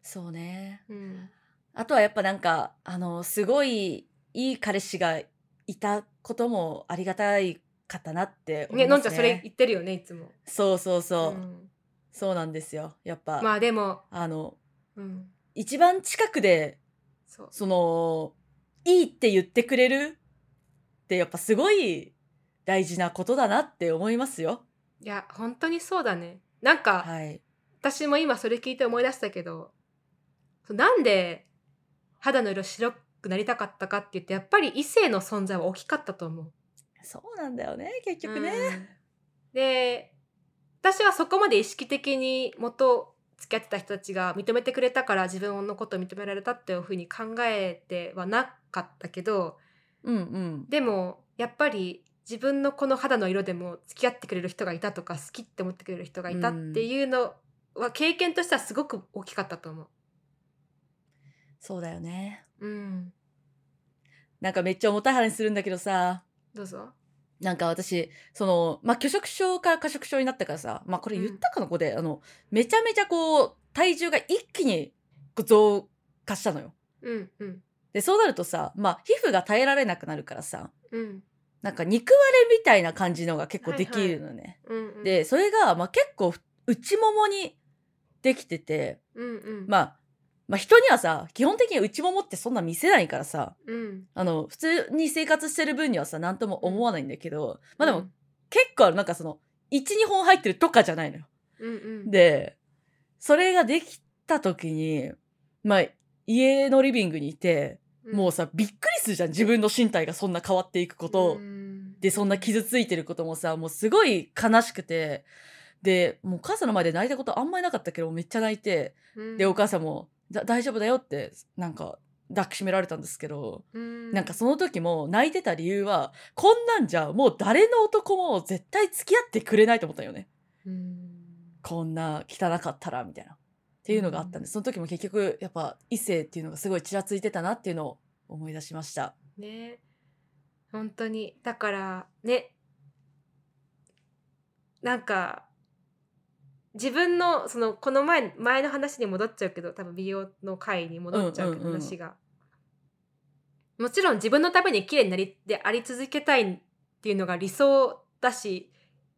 Speaker 1: そうね。
Speaker 2: うん
Speaker 1: あとはやっぱなんか、あの、すごいいい彼氏がいたこともありがたいかったなって思
Speaker 2: ね
Speaker 1: い
Speaker 2: の
Speaker 1: ま
Speaker 2: ん
Speaker 1: す
Speaker 2: ちゃ
Speaker 1: ね。
Speaker 2: んそれ言ってるよねいつも。
Speaker 1: そうそうそう。
Speaker 2: うん
Speaker 1: そうなんですよ。やっぱ、
Speaker 2: まあでも、
Speaker 1: あの、
Speaker 2: うん、
Speaker 1: 一番近くで、
Speaker 2: そう
Speaker 1: その、いいって言ってくれるってやっぱすごい大事なことだなって思いますよ。
Speaker 2: いや本当にそうだね。なんか、
Speaker 1: はい。
Speaker 2: 私も今それ聞いて思い出したけどそうなんで肌の色白くなりたかったかって言ってやっぱり異性の存在は大きかったと思う。
Speaker 1: そうなんだよね、結局ね。
Speaker 2: うんで私はそこまで意識的に元付き合ってた人たちが認めてくれたから自分のことを認められたっていうふうに考えてはなかったけど
Speaker 1: うんうん。
Speaker 2: でもやっぱり自分のこの肌の色でも付き合ってくれる人がいたとか好きって思ってくれる人がいたっていうのは経験としてはすごく大きかったと思う。
Speaker 1: そうだよね。
Speaker 2: うん、
Speaker 1: なんかめっちゃ重たい話するんだけどさ、
Speaker 2: どうぞ。
Speaker 1: なんか私、その、まあ、拒食症から過食症になったからさ、まあ、これ言ったかな、ここで、あの、めちゃめちゃこう、体重が一気にこう増加したのよ。
Speaker 2: うんうん
Speaker 1: で、そうなるとさ、まあ、皮膚が耐えられなくなるからさ、
Speaker 2: うん
Speaker 1: なんか肉割れみたいな感じのが結構できるのね。
Speaker 2: うん。
Speaker 1: で、それが、まあ、結構、内ももにできてて、
Speaker 2: うんうん。
Speaker 1: まあ、まあ、人にはさ、基本的に内ももってそんな見せないからさ、
Speaker 2: うん。
Speaker 1: あの、普通に生活してる分にはさ、なんとも思わないんだけど、まあでも、
Speaker 2: うん
Speaker 1: 結構あるなんかその12本入ってるとかじゃないのよ。
Speaker 2: うんうん。
Speaker 1: でそれができた時にまあ家のリビングにいて
Speaker 2: うん、
Speaker 1: もうさびっくりするじゃん自分の身体がそんな変わっていくこと、でそんな傷ついてることもさもうすごい悲しくてでもう母さんの前で泣いたことあんまりなかったけどめっちゃ泣いて
Speaker 2: うん
Speaker 1: でお母さんもだ「大丈夫だよ」ってなんか抱きしめられたんですけど、
Speaker 2: うん
Speaker 1: なんかその時も泣いてた理由は、こんなんじゃもう誰の男も絶対付き合ってくれないと思ったんよね。
Speaker 2: うん
Speaker 1: こんな汚かったら、みたいな。っていうのがあったんで、その時も結局、やっぱ異性っていうのがすごいちらついてたなっていうのを思い出しました。
Speaker 2: ね本当にだからねなんか自分のそのこの前前の話に戻っちゃうけど多分美容の回に戻っちゃうけど、
Speaker 1: うんうんうん
Speaker 2: 話がもちろん自分のために綺麗になりであり続けたいっていうのが理想だし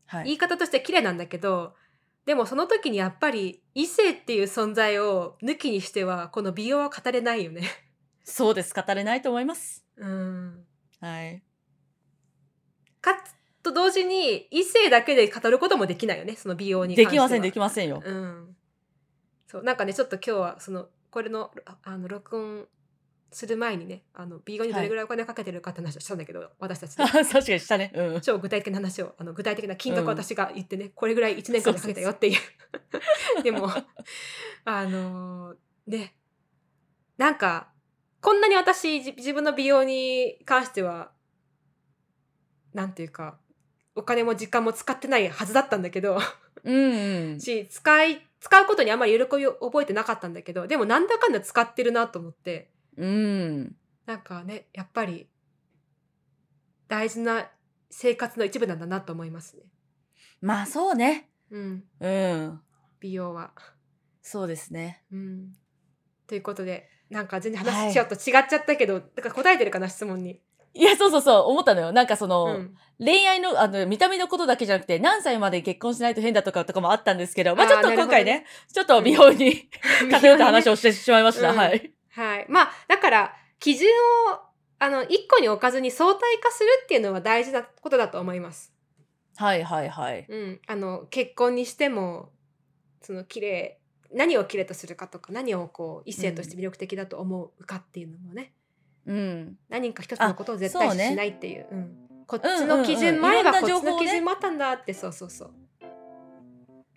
Speaker 1: はい。
Speaker 2: 言い方として綺麗なんだけどでもその時にやっぱり異性っていう存在を抜きにしてはこの美容は語れないよね。
Speaker 1: そうです。語れないと思います。
Speaker 2: うん
Speaker 1: はい。
Speaker 2: かつと同時に異性だけで語ることもできないよねその美容に関
Speaker 1: で
Speaker 2: しては
Speaker 1: きません、できません よ。
Speaker 2: うんそうなんかねちょっと今日はそのこれのああの録音する前にねあの美容にどれぐらいお金をかけてるかって話をしたんだけど、私たちで
Speaker 1: あ確かにしたね。うん。
Speaker 2: 超具体的な話をあの具体的な金額を
Speaker 1: うん
Speaker 2: 私が言ってね、これぐらい1年間でかけたよってい うでもあのーねなんかこんなに私じ自分の美容に関してはなんていうかお金も時間も使ってないはずだったんだけど
Speaker 1: うん、うん。
Speaker 2: し使い使うことにあんまり喜びを覚えてなかったんだけどでもなんだかんだ使ってるなと思って
Speaker 1: うん。
Speaker 2: なんかねやっぱり大事な生活の一部なんだなと思いますね。
Speaker 1: まあそうね。
Speaker 2: うん、
Speaker 1: うん。
Speaker 2: 美容は、
Speaker 1: そうですね。
Speaker 2: うん。ということでなんか全然話しようと違っちゃったけど、だから答えてるかな質問に。
Speaker 1: いや、そうそうそう、思ったのよ。なんかその、
Speaker 2: うん
Speaker 1: 恋愛の、あの、見た目のことだけじゃなくて、何歳まで結婚しないと変だとかとかもあったんですけど、まあ
Speaker 2: あー
Speaker 1: ちょっと今回ね、ちょっと美容に偏った話をしてしまいました。
Speaker 2: うん
Speaker 1: はい。
Speaker 2: はい。まあだから基準をあの一個に置かずに相対化するっていうのは大事なことだと思います。
Speaker 1: はいはいはい。
Speaker 2: うん、あの結婚にしてもその綺麗何を綺麗とするかとか何をこう異性として魅力的だと思うかっていうのもね、
Speaker 1: うん。
Speaker 2: 何か一つのことを絶対
Speaker 1: あそうね
Speaker 2: しないっていううんこっ
Speaker 1: うんう
Speaker 2: ち
Speaker 1: んう
Speaker 2: の
Speaker 1: ん
Speaker 2: 基準前はこ
Speaker 1: いろ
Speaker 2: っち
Speaker 1: んな情
Speaker 2: の
Speaker 1: 報をね
Speaker 2: 基準もあったんだってそうそうそう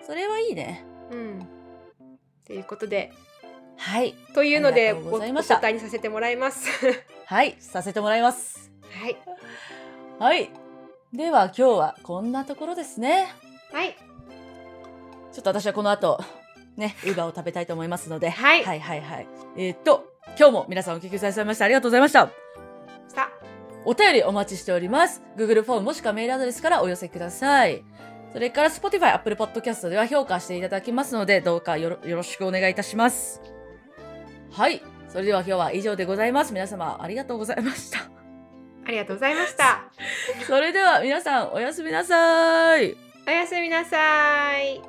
Speaker 1: それはいいね。
Speaker 2: うんということで
Speaker 1: はい。
Speaker 2: というので
Speaker 1: ありがとうご
Speaker 2: お
Speaker 1: ざい
Speaker 2: お
Speaker 1: ました
Speaker 2: 答えにさせてもらいます
Speaker 1: はい。させてもらいます。
Speaker 2: はい
Speaker 1: はい。では今日はこんなところですね。
Speaker 2: はい
Speaker 1: ちょっと私はこの後、ね、ウーバーを食べたいと思いますので。
Speaker 2: はい
Speaker 1: はいはいはい。えーっと、今日も皆さんお聞きくださいましてありがとうございました。
Speaker 2: さ
Speaker 1: お便りお待ちしております。Google フォームもしくはメールアドレスからお寄せください。それから Spotify、Apple Podcast では評価していただきますので、どうかよろよろしくお願いいたします。はい。それでは今日は以上でございます。皆様ありがとうございました。
Speaker 2: ありがとうございました
Speaker 1: それでは皆さんおやすみなさい。
Speaker 2: おやすみなさい